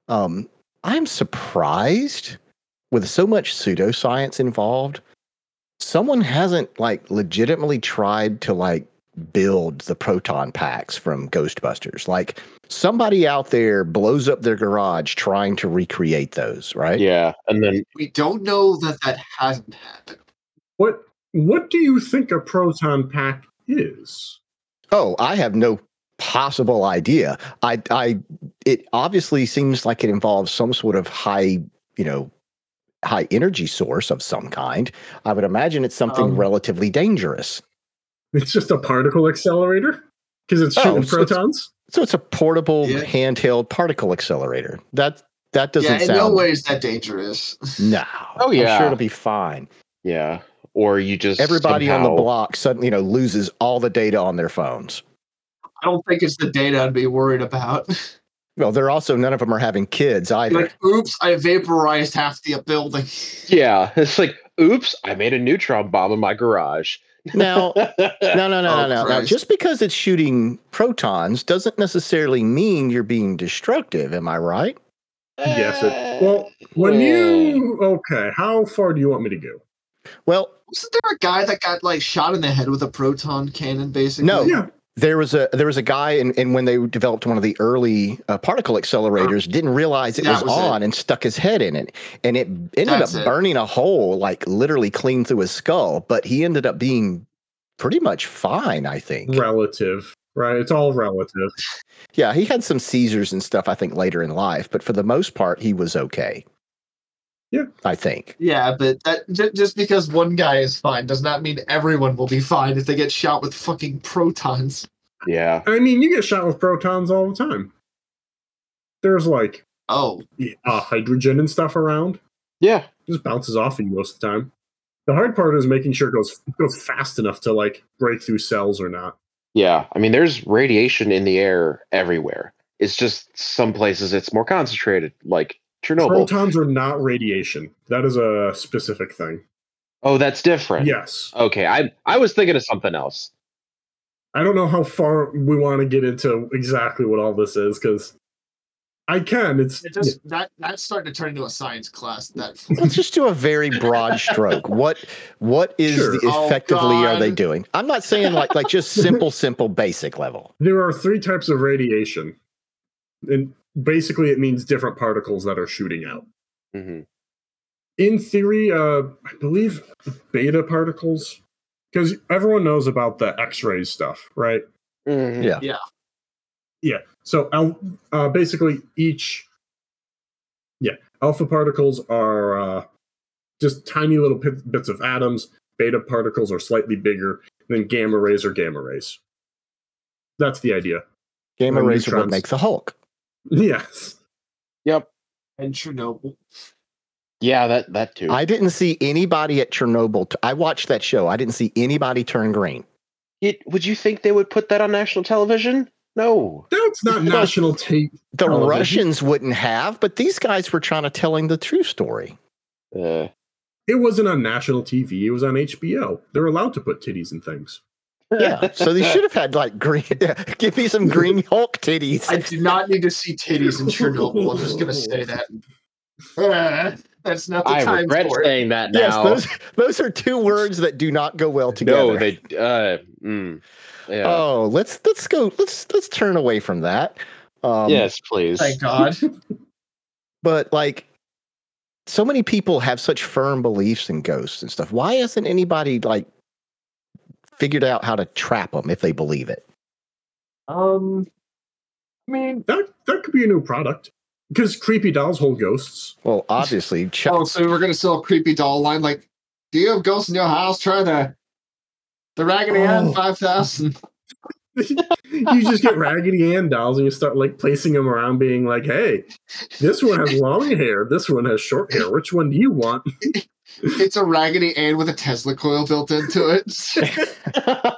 C: um, I'm surprised with so much pseudoscience involved. Someone hasn't like legitimately tried to like build the proton packs from Ghostbusters. Like somebody out there blows up their garage trying to recreate those, right?
D: yeah, and then
A: We don't know that that hasn't happened.
B: What what do you think a proton pack is?
C: Oh, I have no possible idea. I, I, it obviously seems like it involves some sort of high, you know, high energy source of some kind. I would imagine it's something
A: Um,
C: relatively dangerous.
B: It's just a particle accelerator? Because it's
C: Oh,
B: shooting
C: so it's-
B: protons?
C: So it's a portable
A: Yeah.
C: handheld particle accelerator. That that doesn't
A: yeah, in
C: sound.
A: no way is that dangerous.
C: No.
D: Oh,
C: I'm
D: yeah.
C: sure it'll be fine.
D: yeah, or you just
C: Everybody on the
D: somehow-
C: block suddenly, you know, loses all the data on their phones.
A: I don't think it's the data I'd be worried about.
C: Well, they're also none of them are having kids either.
A: like, oops, I vaporized half the building.
D: Yeah, it's like, oops, I made a neutron bomb in my garage.
C: Now, no, no, no,
A: Oh,
C: no, no. Now,
A: Christ.
C: just because it's shooting protons doesn't necessarily mean you're being destructive. Am I right?
B: Yes,
D: Uh,
B: it well when you okay, how far do you want me to go?
C: Well,
A: Wasn't there a guy that got like shot in the head with a proton cannon? Basically,
C: No.
B: Yeah.
C: there was a there was a guy, and and when they developed one of the early uh, particle accelerators, didn't realize it
A: That
C: was,
A: was it.
C: on and stuck his head in it, and it ended
A: That's
C: up
A: it.
C: burning a hole like literally clean through his skull. But he ended up being pretty much fine, I think.
B: Relative. Right? It's all relative.
C: Yeah, he had some seizures and stuff, I think, later in life, but for the most part, he was okay.
B: Yeah.
C: I think.
A: Yeah, but that j- just because one guy is fine does not mean everyone will be fine if they get shot with fucking protons.
D: Yeah,
B: I mean, you get shot with protons all the time. There's like
A: Oh,
B: uh, hydrogen and stuff around.
D: yeah,
B: just bounces off you most of the time. The hard part is making sure it goes goes fast enough to like break through cells or not.
D: yeah. I mean, there's radiation in the air everywhere. It's just some places it's more concentrated, like Chernobyl.
B: Protons are not radiation. That is a specific thing.
D: oh, that's different.
B: Yes.
D: Okay, I I was thinking of something else.
B: I don't know how far we want to get into exactly what all this is because I can. It's
A: it just that that's starting to turn into a science class. at That
C: let's just do a very broad stroke. What what is
B: Sure.
C: the,
A: Oh,
C: effectively are they
A: God.
C: doing? I'm not saying like like just simple simple basic level.
B: there are three types of radiation, and basically it means different particles that are shooting out.
D: hmm
B: in theory, uh, I believe beta particles, because everyone knows about the X-ray stuff, right?
D: Mm-hmm.
C: Yeah.
B: Yeah. So al- uh, basically, each yeah alpha particles are uh, just tiny little pi- bits of atoms. Beta particles are slightly bigger. And then gamma rays are gamma rays. That's the idea.
C: Gamma
B: Or
C: rays are what
B: neutrons.
C: makes the Hulk.
B: Yes.
A: And Chernobyl.
D: Yeah, that that too.
C: I didn't see anybody at Chernobyl. T- I watched that show. I didn't see anybody turn green.
D: It- would you think they would put that on national television? No.
B: That's not
C: No.
B: national tape.
C: The
B: Television.
C: Russians wouldn't have, but these guys were trying to telling the true story.
D: Uh,
B: It wasn't on national TV. It was on HBO. They're allowed to put titties in things.
C: Yeah. so they should have had like green. give me some green Hulk titties.
A: I do not need to see titties in Chernobyl. I'm just gonna say that. Ah, that's not the
D: I
A: time
D: regret
A: for it.
D: saying that
C: Yes,
D: now.
C: those those are two words that do not go well together.
D: No, they. Uh, mm, yeah.
C: Oh, let's let's go. Let's let's turn away from that. Um,
D: yes, please.
A: Thank God.
C: but like so many people have such firm beliefs in ghosts and stuff why hasn't anybody like figured out how to trap them if they believe it
A: Um, I mean,
B: That that could be a new product because creepy dolls hold ghosts.
C: well obviously ch-
A: oh, so we're gonna sell a creepy doll line like, "Do you have ghosts in your house?" Try the the Raggedy
B: Oh.
A: Ann five thousand.
B: you just get Raggedy Ann dolls and you start like placing them around, being like, "Hey, this one has long hair. This one has short hair. Which one do you want?"
A: It's a Raggedy Ann with a Tesla coil built into it.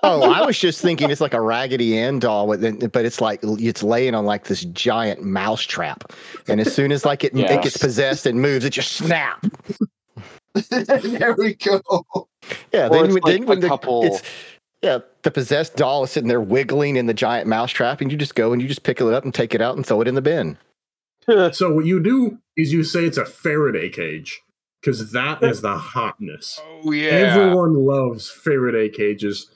C: oh i was just thinking it's like a raggedy ann doll with it- but it's like it's laying on like this giant mouse trap and as soon as like it, it
D: Yes.
C: gets possessed and moves it just snap
A: there we go.
C: yeah then,
D: Or it's
C: when-
D: like
C: then when
D: a
C: the
D: couple-
C: it's yeah the possessed doll is sitting there wiggling in the giant mouse trap and you just go and you just pick it up and take it out and throw it in the bin
B: So what you do is you say it's a Faraday cage because that is the hotness.
D: oh yeah.
B: Everyone loves Faraday cages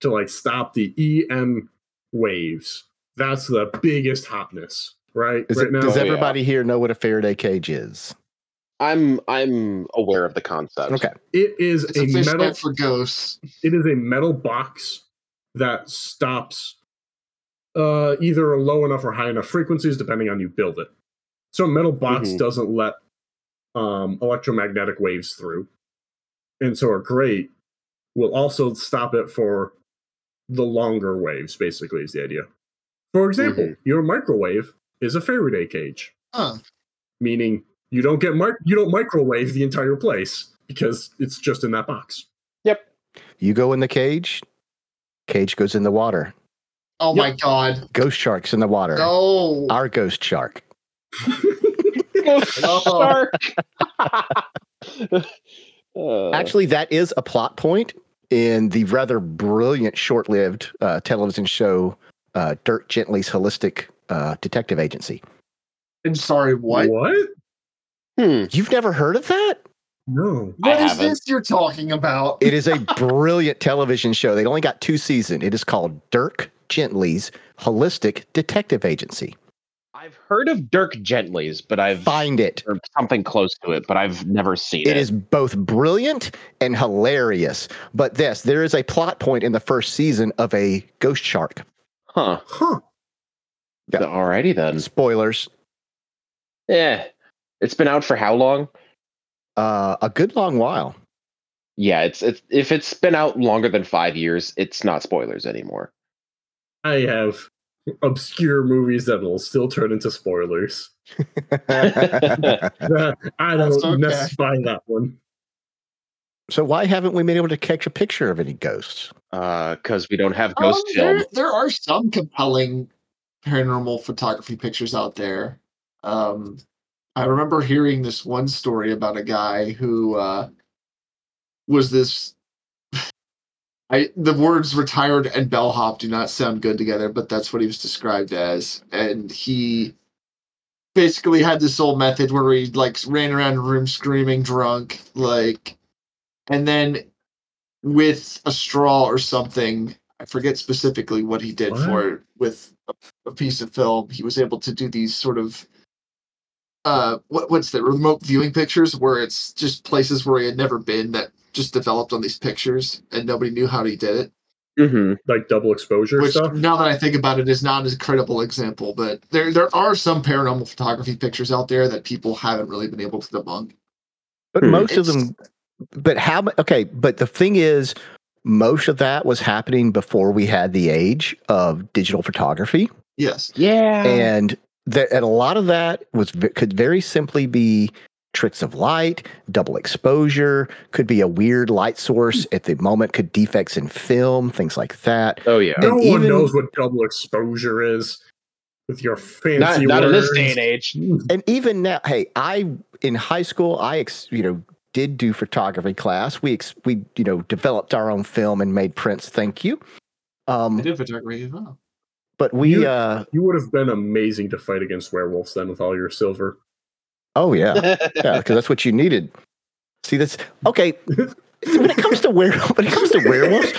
B: to like stop the EM waves. That's the biggest hotness, right?
C: Is
B: right
C: it-
B: now,
C: does
D: Oh, yeah.
C: everybody here know what a Faraday cage is?
D: I'm I'm aware of the concept.
C: Okay.
B: it is
A: It's
B: a
A: a
B: metal
A: fishnet for ghosts.
B: it is a metal box that stops uh, either low enough or high enough frequencies depending on you build it so a metal box
D: Mhm.
B: doesn't let um, electromagnetic waves through and so a grate will also stop it for the longer waves basically is the idea for example
D: Mhm.
B: your microwave is a faraday cage
A: Huh.
B: meaning you don't get mic- you don't microwave the entire place because it's just in that box
C: You go in the cage, cage goes in the water.
A: Oh my God. Oh.
C: Ghost shark's in the water.
A: No.
C: Our ghost shark.
A: Oh.
D: Shark. Uh,
C: Actually, that is a plot point in the rather brilliant short lived uh, television show, uh, Dirt Gently's Holistic uh, Detective Agency.
A: I'm sorry. What?
B: what
D: hmm,
C: You've never heard of that?
B: no
D: I
A: What is
D: haven't.
A: this you're talking about?
C: It is a brilliant television show. They only got two seasons. It is called Dirk Gently's Holistic Detective Agency.
D: I've heard of Dirk Gently's, but I've
C: Find it.
D: or something close to it, but I've never seen it.
C: It is both brilliant and hilarious. But this, there is a plot point in the first season of a ghost shark.
D: huh.
B: huh
C: Yeah.
D: Alrighty then.
C: Spoilers.
D: Yeah. Eh, It's been out for how long?
C: Uh, a good long while.
D: Yeah, it's it's if it's been out longer than five years, it's not spoilers anymore.
B: I have obscure movies that will still turn into spoilers. Uh, I
A: That's
B: don't
A: okay.
B: mess by that one.
C: so why haven't we been able to catch a picture of any ghosts?
D: Uh, because we don't have
A: Um,
D: ghost film.
A: there, there are some compelling paranormal photography pictures out there. Um, I remember hearing this one story about a guy who uh, was this. I the words retired and bellhop do not sound good together, but that's what he was described as, and he basically had this old method where he like ran around the room screaming drunk, like, and then with a straw or something. I forget specifically what he did
B: What?
A: for it with a, a piece of film. He was able to do these sort of uh what, what's the remote viewing pictures where it's just places where he had never been that just developed on these pictures and nobody knew how he did it.
D: Mm-hmm.
B: like double exposure
A: Which
B: stuff.
A: now that I think about it is not as credible example, but there there are some paranormal photography pictures out there that people haven't really been able to debunk.
C: But
D: Hmm.
C: most of
A: It's-
C: them, but how, mu- okay, but the thing is, most of that was happening before we had the age of digital photography.
A: Yes.
D: Yeah.
C: and that and a lot of that was v- could very simply be tricks of light double exposure could be a weird light source at the moment could defects in film things like that
D: oh yeah.
B: No
C: and
B: one
C: even-
B: knows what double exposure is with your
D: Not,
B: fancy
D: not in this
B: words.
D: day and age.
C: and even now hey i in high school i ex, you know did do photography class we ex, we you know developed our own film and made prints thank you
A: I
C: um
A: did photography as well.
C: but we
B: You-
C: uh
B: You would have been amazing to fight against werewolves then with all your silver.
C: oh yeah yeah, because that's what you needed. See, that's okay. So when it comes to were when it comes to werewolves,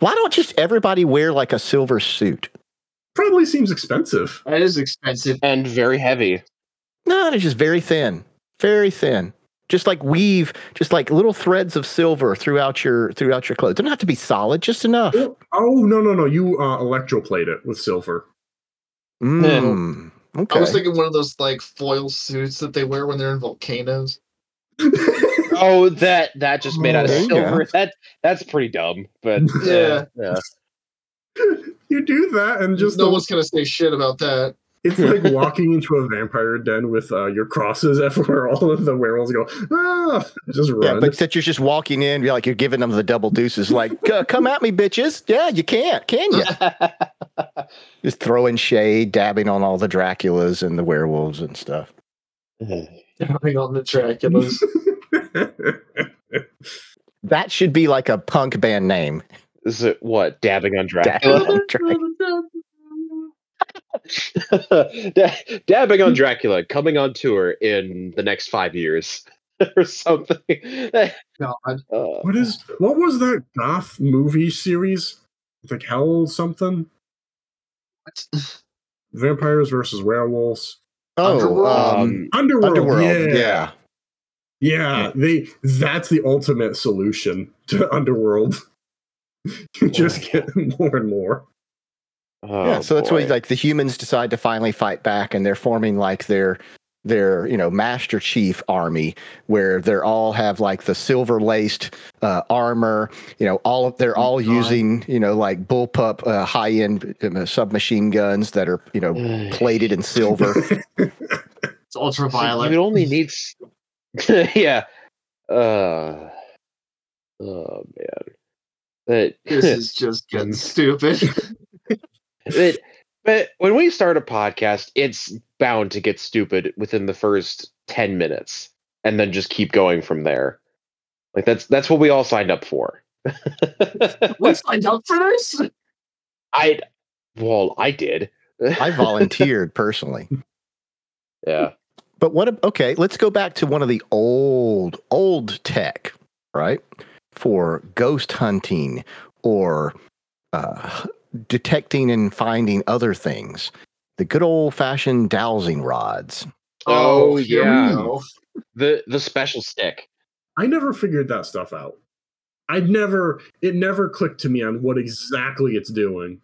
C: why don't just everybody wear like a silver suit?
B: Probably seems expensive.
A: That is expensive.
D: and very heavy.
C: No, they're just very thin, very thin. Just like weave, just like little threads of silver throughout your throughout your clothes. They don't have to be solid, just enough.
B: Oh, oh, no no no! You uh, electroplate it with silver.
C: Mm,
A: I was
C: okay.
A: thinking one of those like foil suits that they wear when they're in volcanoes.
D: Oh, that that just made out of
B: There
C: you go.
D: silver. That that's pretty dumb, but
A: Yeah.
D: yeah, yeah.
B: you do that and just
A: no one's gonna say shit about that.
B: it's like walking into a vampire den with uh, your crosses everywhere. All of the werewolves go ah, just run.
C: Yeah, but that you're just walking in, you're like you're giving them the double deuces, like "C- come at me, bitches. Yeah, you can't, can you? Just throwing shade, dabbing on all the Draculas and the werewolves and stuff.
A: Jumping on the Draculas.
C: That should be like a punk band name.
D: Is it what dabbing on
C: Dabbing
D: Dracula?
C: on Dracula.
D: Da- dabbing on Dracula coming on tour in the next five years or something.
A: God.
D: Uh,
B: what is what was that goth movie series? It's like Hell something.
A: What?
B: Vampires versus werewolves.
C: Oh,
A: Underworld?
C: um,
D: um,
B: Underworld.
C: Underworld.
B: Yeah.
C: Yeah.
B: Yeah, They that's the ultimate solution to Underworld. you just
C: Oh.
B: get more and more.
D: oh,
C: yeah. So that's why
D: boy.
C: like the humans decide to finally fight back, and they're forming like their their you know master chief army where they're all have like the silver laced uh, armor you know all they're all
A: God.
C: using you know like bullpup uh, high end uh, submachine guns that are you know plated in silver
A: It's
D: So
A: ultraviolet.
D: You only need. s- yeah. Uh, oh man. That
A: this is just getting stupid.
D: it, but when we start a podcast, it's bound to get stupid within the first ten minutes, and then just keep going from there. Like that's that's what we all signed up for.
A: we signed up for this?
D: Oh, I, well, I did.
C: i volunteered personally
D: yeah.
C: But what? ab- Okay, let's go back to one of the old, old tech, right? For ghost hunting or uh, detecting and finding other things. The good old fashioned dowsing rods.
D: Oh,
A: here we
D: yeah.
A: go.
D: The the special stick.
B: I never figured that stuff out. I never it never clicked to me on what exactly it's doing.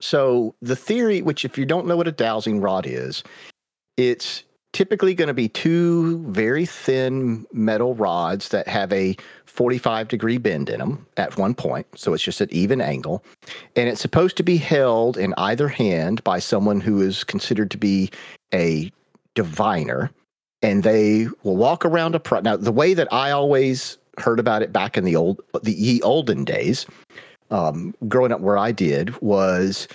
C: So, the theory, which if you don't know what a dowsing rod is, it's typically going to be two very thin metal rods that have a 45 degree bend in them at one point. So it's just an even angle. And it's supposed to be held in either hand by someone who is considered to be a diviner. And they will walk around a pro. Now, the way that I always heard about it back in the old, the ye olden days, um, growing up where I did, was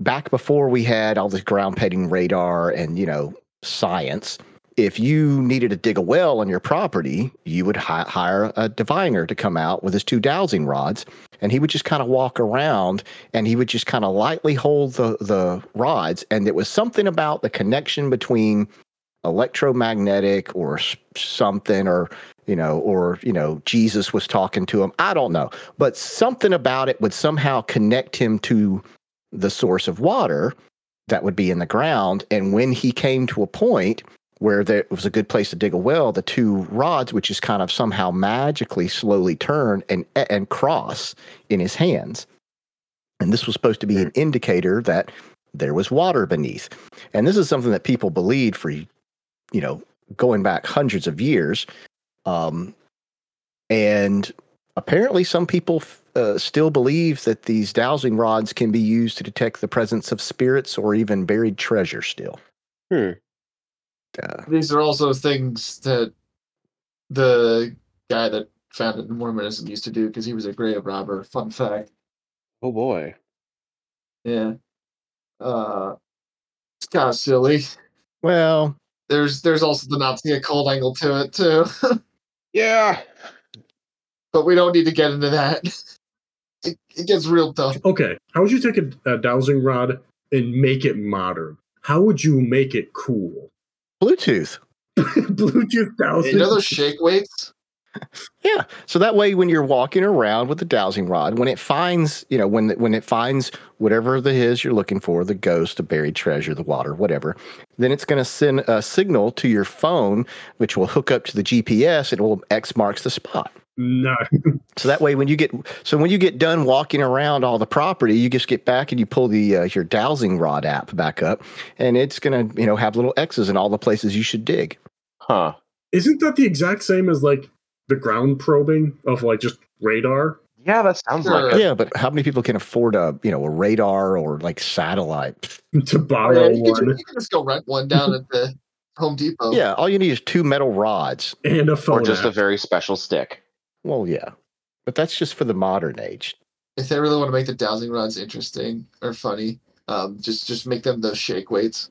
C: back before we had all this ground penetrating radar and you know science if you needed to dig a well on your property you would hi- hire a diviner to come out with his two dowsing rods and he would just kind of walk around and he would just kind of lightly hold the, the rods and it was something about the connection between electromagnetic or s- something or you know or you know jesus was talking to him i don't know but something about it would somehow connect him to the source of water that would be in the ground. And when he came to a point where there was a good place to dig a well, the two rods, which is kind of somehow magically slowly turn and and cross in his hands. And this was supposed to be an indicator that there was water beneath. And this is something that people believed for, you know, going back hundreds of years. Um, and apparently, some people f- uh, still believe that these dowsing rods can be used to detect the presence of spirits or even buried treasure still.
D: Hmm.
C: Uh,
A: These are also things that the guy that founded Mormonism used to do because he was a grave robber. Fun fact.
D: Oh boy.
A: Yeah. Uh, it's kind of silly.
C: well,
A: There's there's also the Nazi occult angle to it too,
D: Yeah.
A: but we don't need to get into that. It, it gets real tough.
B: Okay, how would you take a, a dowsing rod and make it modern? How would you make it cool?
C: Bluetooth.
B: Bluetooth dowsing.
A: You know those shake weights?
C: Yeah. So that way, when you're walking around with the dowsing rod, when it finds, you know, when when it finds whatever the is you're looking for, the ghost, the buried treasure, the water, whatever, then it's going to send a signal to your phone, which will hook up to the GPS. It will X marks the spot.
B: no,
C: So that way, when you get so when you get done walking around all the property, you just get back and you pull the uh, your dowsing rod app back up, and it's going to you know have little X's in all the places you should dig.
D: Huh.
B: isn't that the exact same as like the ground probing of like just radar?
D: Yeah, that sounds
A: Sure.
D: like it.
C: Yeah, but how many people can afford a you know a radar or like satellite?
B: To
A: Oh, yeah,
B: borrow
A: you, can, ju-
B: one
A: you can just go rent one down at the Home Depot.
C: Yeah, all you need is two metal rods.
B: and a phone.
D: Or just a
B: app.
D: very special stick.
C: Well, yeah, but that's just for the modern age.
A: If they really want to make the dowsing rods interesting or funny, um, just just make them those shake weights.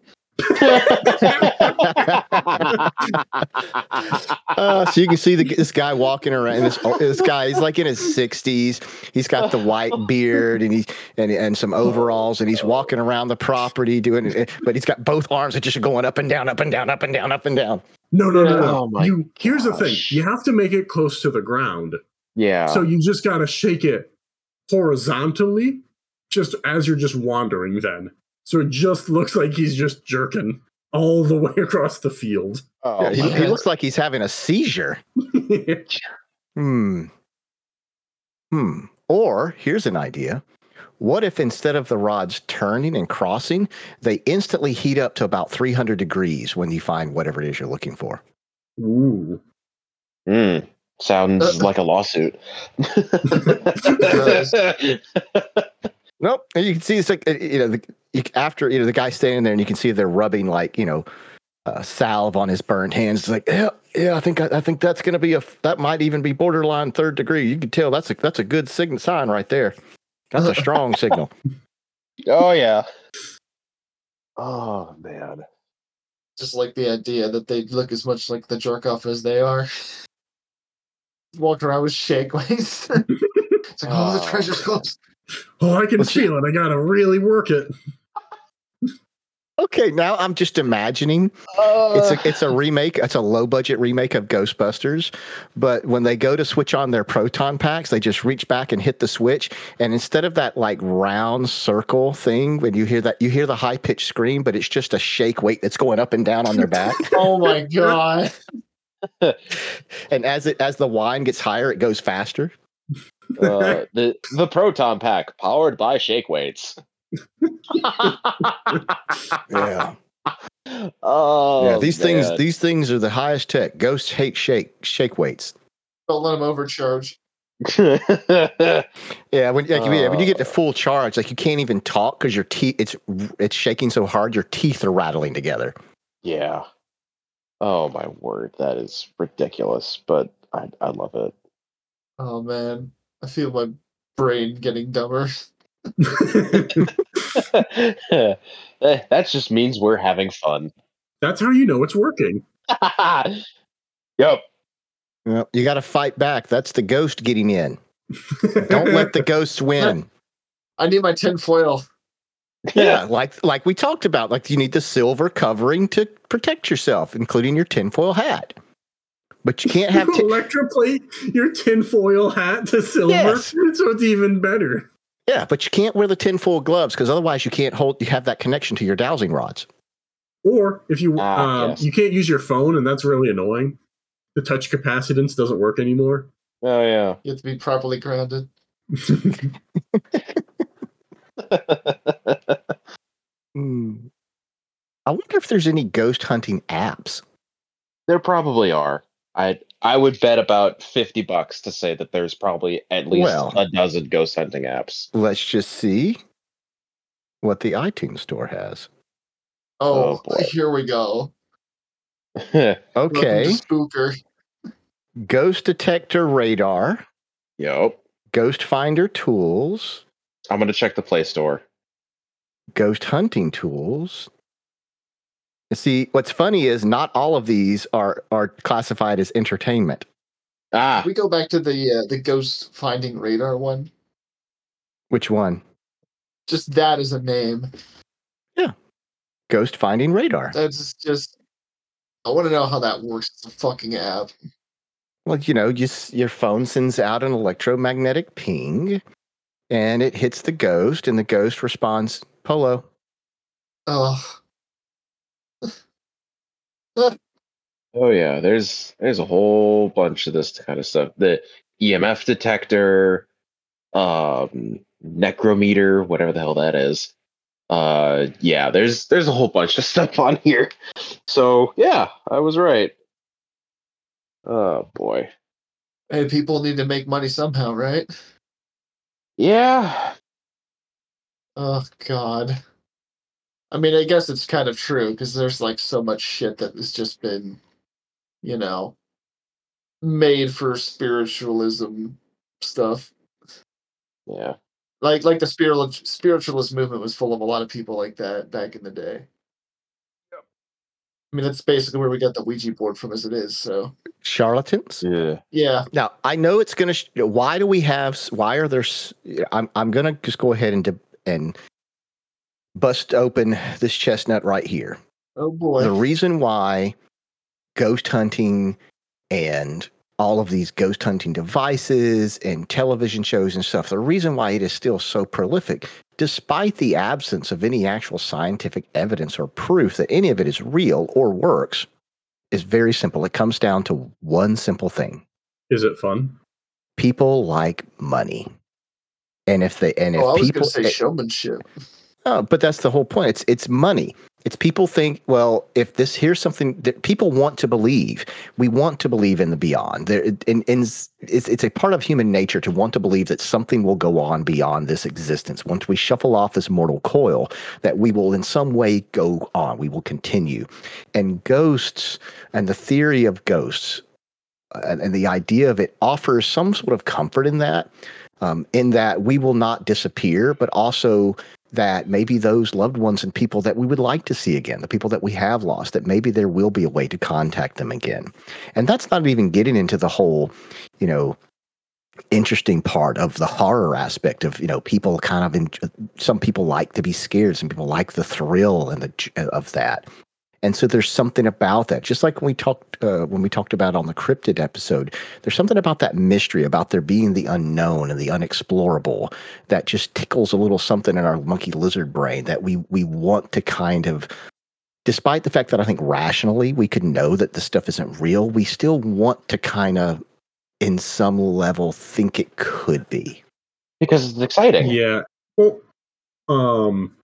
C: Uh, so you can see the, this guy walking around. This, oh, this guy, he's like in his sixties. He's got the white beard and he's and and some overalls, and he's walking around the property doing it. But he's got both arms that just going up and down, up and down, up and down, up and down.
B: No, no, no,
A: Yeah.
B: no.
D: Oh my
B: you here's the thing.
D: gosh.
B: You have to make it close to the ground.
D: yeah.
B: So you just gotta shake it horizontally, just as you're just wandering then. So it just looks like he's just jerking all the way across the field.
D: oh,
C: he,
D: my
C: he
A: God.
C: looks like he's having a seizure.
B: yeah,
C: Hmm. Hmm. Or here's an idea. What if instead of the rods turning and crossing, they instantly heat up to about 300 degrees when you find whatever it is you're looking for?
B: Ooh.
D: Mm, sounds like a lawsuit.
A: does.
C: Nope. And you can see it's like, uh, you know, the, you, after, you know, the guy standing there and you can see they're rubbing like, you know, uh, salve on his burned hands. It's like, yeah, yeah, I think, I, I think that's going to be a, that might even be borderline third degree. You can tell that's a, that's a good sign, sign right there. That's a strong signal.
D: oh yeah. Oh man.
A: Just like the idea that they look as much like the jerk off as they are. Walking around with shake weights. it's like, oh, the
D: Oh.
A: treasure's close.
B: Oh, I can
C: Let's-
B: feel it. I gotta really work it.
C: Okay. Now I'm just imagining it's a, it's a remake. It's a low budget remake of Ghostbusters, but when they go to switch on their proton packs, they just reach back and hit the switch, and instead of that like round circle thing, when you hear that, you hear the high pitched scream, but it's just a shake weight that's going up and down on their back,
A: Oh my god.
C: and as it as the wine gets higher, it goes faster.
D: Uh, the the proton pack powered by shake weights.
C: Yeah,
D: oh
C: yeah. These
D: man.
C: things these things are the highest tech. Ghosts hate shake shake weights.
A: Don't let them overcharge.
C: Yeah, when like, yeah, when you get to
D: Uh.
C: full charge, like you can't even talk because your teeth it's it's shaking so hard, your teeth are rattling together.
D: yeah. Oh my word, that is ridiculous, but I I love it.
A: Oh man. I feel my brain getting dumber.
D: Eh, that just means we're having fun.
B: That's how you know it's working.
D: yep.
C: Well, you got to fight back. That's the ghost getting in. Don't let the ghosts win.
A: I need my tin foil.
C: Yeah, like like we talked about. Like you need the silver covering to protect yourself, including your tinfoil hat. But you can't have tin.
B: electroplate your tinfoil hat to silver,
C: Yes.
B: so it's even better.
C: yeah, but you can't wear the tinfoil gloves because otherwise you can't hold. You have that connection to your dowsing rods.
B: Or if you
D: Ah,
B: um,
D: yes.
B: you can't use your phone, and that's really annoying. The touch capacitance doesn't work anymore.
D: Oh yeah.
A: You have to be properly grounded.
C: Hmm. I wonder if there's any ghost hunting apps.
D: There probably are. I I would bet about fifty bucks to say that there's probably at least
C: Well.
D: a dozen ghost hunting apps.
C: Let's just see what the iTunes store has.
A: Oh,
D: Oh, boy.
A: here we go. Welcome to
C: Okay.
A: Spooker.
C: Ghost detector radar,
D: yep.
C: ghost finder tools,
D: I'm gonna check the Play Store.
C: ghost hunting tools. See, what's funny is not all of these are are classified as entertainment.
D: Ah,
A: Can we go back to the uh, the ghost finding radar one.
C: Which one?
A: Just that is a name.
C: Ghost finding radar.
A: That's just. I want to know how that works. It's a fucking app.
C: Well, you know, you, s- your phone sends out an electromagnetic ping and it hits the ghost, and the ghost responds, Polo.
A: Oh,
D: oh yeah. There's there's a whole bunch of this kind of stuff. The EMF detector, um, necrometer, whatever the hell that is. Uh, yeah. There's there's a whole bunch of stuff on here. So yeah, I was right. Oh boy.
A: hey, people need to make money somehow, right?
D: Yeah.
A: Oh God. I mean, I guess it's kind of true because there's like so much shit that has just been, you know, made for spiritualism stuff.
D: Yeah.
A: Like, like the spiritual spiritualist movement was full of a lot of people like that back in the day. I mean, that's basically where we got the Ouija board from, as it is. So,
C: Charlatans.
D: Yeah.
A: yeah,
C: Now, I know it's going to, sh- why do we have, s- why are there, s- I'm, I'm going to just go ahead and, de- and bust open this chestnut right here.
A: oh boy,
C: The reason why ghost hunting and all of these ghost hunting devices and television shows and stuff, the reason why it is still so prolific, despite the absence of any actual scientific evidence or proof that any of it is real or works, is very simple. It comes down to one simple thing
B: Is it fun?
C: people like money. And if they, and if
A: oh, I was
C: people,
A: gonna say
C: eh,
A: showmanship.
C: Oh, but that's the whole point. It's it's money. It's people think, well, if this here's something that people want to believe, we want to believe in the beyond. There, and, and it's it's a part of human nature to want to believe that something will go on beyond this existence. Once we shuffle off this mortal coil, that we will in some way go on. We will continue. And ghosts and the theory of ghosts uh, and, and the idea of it offers some sort of comfort in that, um, in that we will not disappear, but also that maybe those loved ones and people that we would like to see again, the people that we have lost, that maybe there will be a way to contact them again. And that's not even getting into the whole, you know, interesting part of the horror aspect of you know people kind of in, some people like to be scared some people like the thrill and the j- of that and so there's something about that just like when we talked uh, when we talked about on the cryptid episode there's something about that mystery about there being the unknown and the unexplorable that just tickles a little something in our monkey lizard brain that we we want to kind of despite the fact that i think rationally we could know that this stuff isn't real we still want to kind of in some level think it could be.
D: Because it's exciting.
B: Yeah. Well, um,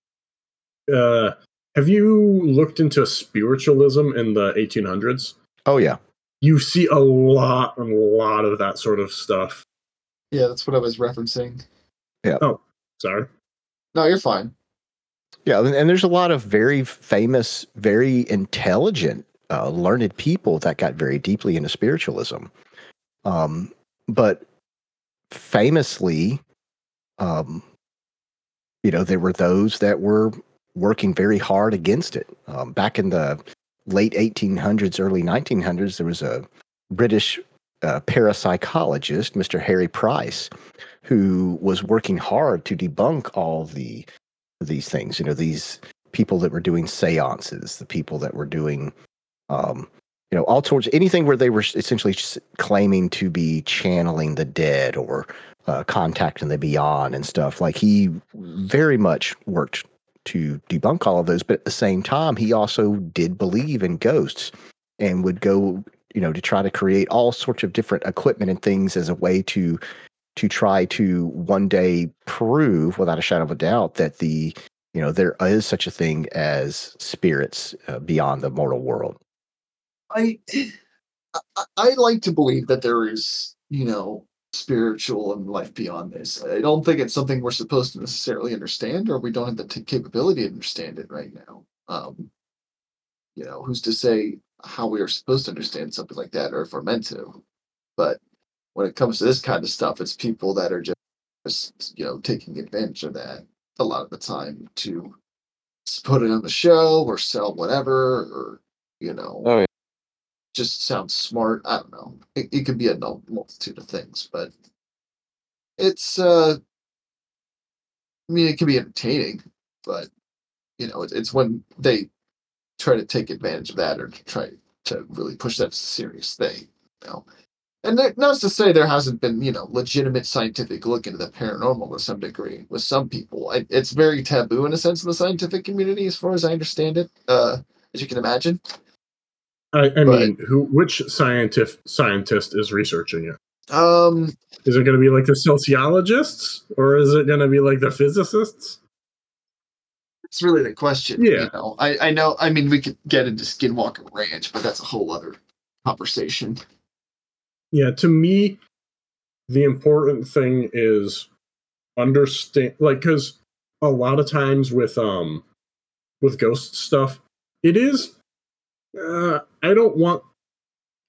B: uh, have you looked into spiritualism in the 1800s?
C: Oh yeah.
B: You see a lot and lot of that sort of stuff.
A: Yeah, that's what I was referencing.
B: Sorry.
A: No, you're fine.
C: Yeah, and, and there's a lot of very famous, very intelligent, uh, learned people that got very deeply into spiritualism. Um, but famously, um, you know, there were those that were working very hard against it. Um, back in the late 1800s, early 1900s, there was a British uh, parapsychologist, Mr. Harry Price, who was working hard to debunk all the these things. You know, these people that were doing seances, the people that were doing, um, you know, all towards anything where they were essentially s- claiming to be channeling the dead or uh, contacting the beyond and stuff. Like he very much worked to debunk all of those. But at the same time, he also did believe in ghosts and would go, you know, to try to create all sorts of different equipment and things as a way to to try to one day prove without a shadow of a doubt that the you know there is such a thing as spirits uh, beyond the mortal world
A: I, I I like to believe that there is, you know, spiritual and life beyond this. I don't think it's something we're supposed to necessarily understand, or we don't have the t- capability to understand it right now. Um, you know, who's to say how we are supposed to understand something like that, or if we're meant to? But when it comes to this kind of stuff, it's people that are just, just you know, taking advantage of that a lot of the time to s- put it on the show or sell whatever, or you know,
D: Oh yeah.
A: just sounds smart. I don't know. It, it could be a mul- multitude of things, but it's. uh I mean, it can be entertaining, but you know, it, it's when they try to take advantage of that or to try to really push that as a serious thing. You know, and there, not to say there hasn't been you know legitimate scientific look into the paranormal to some degree with some people. It, it's very taboo in a sense in the scientific community, as far as I understand it. Uh, as you can imagine,
B: I, I
A: But-
B: mean, who? Which scientist scientist is researching it?
A: um,
B: Is it going to be like the sociologists, or is it going to be like the physicists?
A: It's really the question.
B: Yeah.
A: You know, I, I know. I mean, we could get into Skinwalker Ranch, but that's a whole other conversation.
B: Yeah, to me, the important thing is understand, like, because a lot of times with um with ghost stuff, it is. Uh, I don't want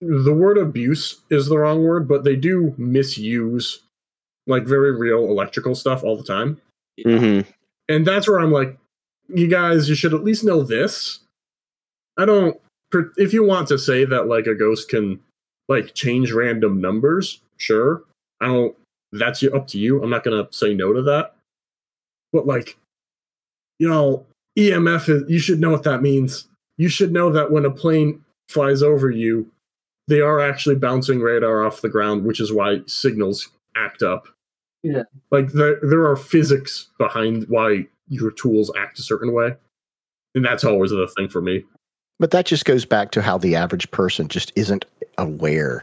B: the word abuse is the wrong word, but they do misuse like very real electrical stuff all the time.
D: Mm-hmm.
B: and that's where I'm like, you guys, you should at least know this. I don't. per- If you want to say that like a ghost can like change random numbers, sure. I don't. That's you- up to you. I'm not gonna say no to that. But like, you know, EMF is. You should know what that means. You should know that when a plane flies over you, they are actually bouncing radar off the ground, which is why signals act up like there there are physics behind why your tools act a certain way and that's always the thing for me
C: but that just goes back to how the average person just isn't aware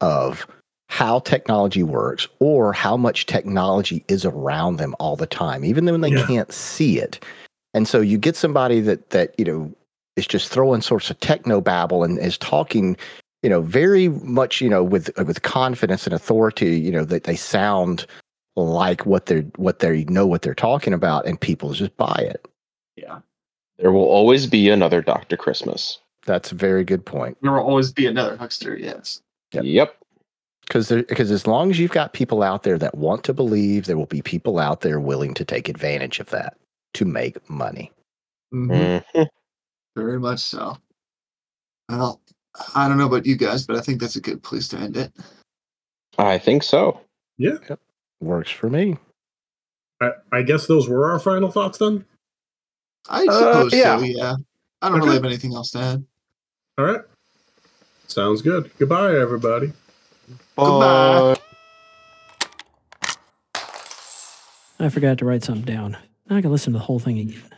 C: of how technology works or how much technology is around them all the time even though they
B: Yeah.
C: can't see it and so you get somebody that that you know is just throwing sorts of techno babble and is talking you know very much you know with uh, with confidence and authority you know that they sound like what they're what they know what they're talking about and people just buy it
A: Yeah,
D: There will always be another Doctor Christmas.
C: that's a very good point
A: there will always be another huckster. Yes.
C: Yep.
D: Yep.
C: because because as long as you've got people out there that want to believe there will be people out there willing to take advantage of that to make money
D: Mhm.
A: Very much so. Well, I don't know about you guys, but I think that's a good place to end it.
D: Mm-hmm. I think so.
C: works for me
B: i i guess those were our final thoughts then
A: I
D: Uh,
A: suppose
D: yeah.
A: so. Yeah. I don't really
B: Okay.
A: have anything else to add.
B: all right sounds good goodbye everybody
A: Goodbye.
E: I forgot to write something down. Now I can listen to the whole thing again.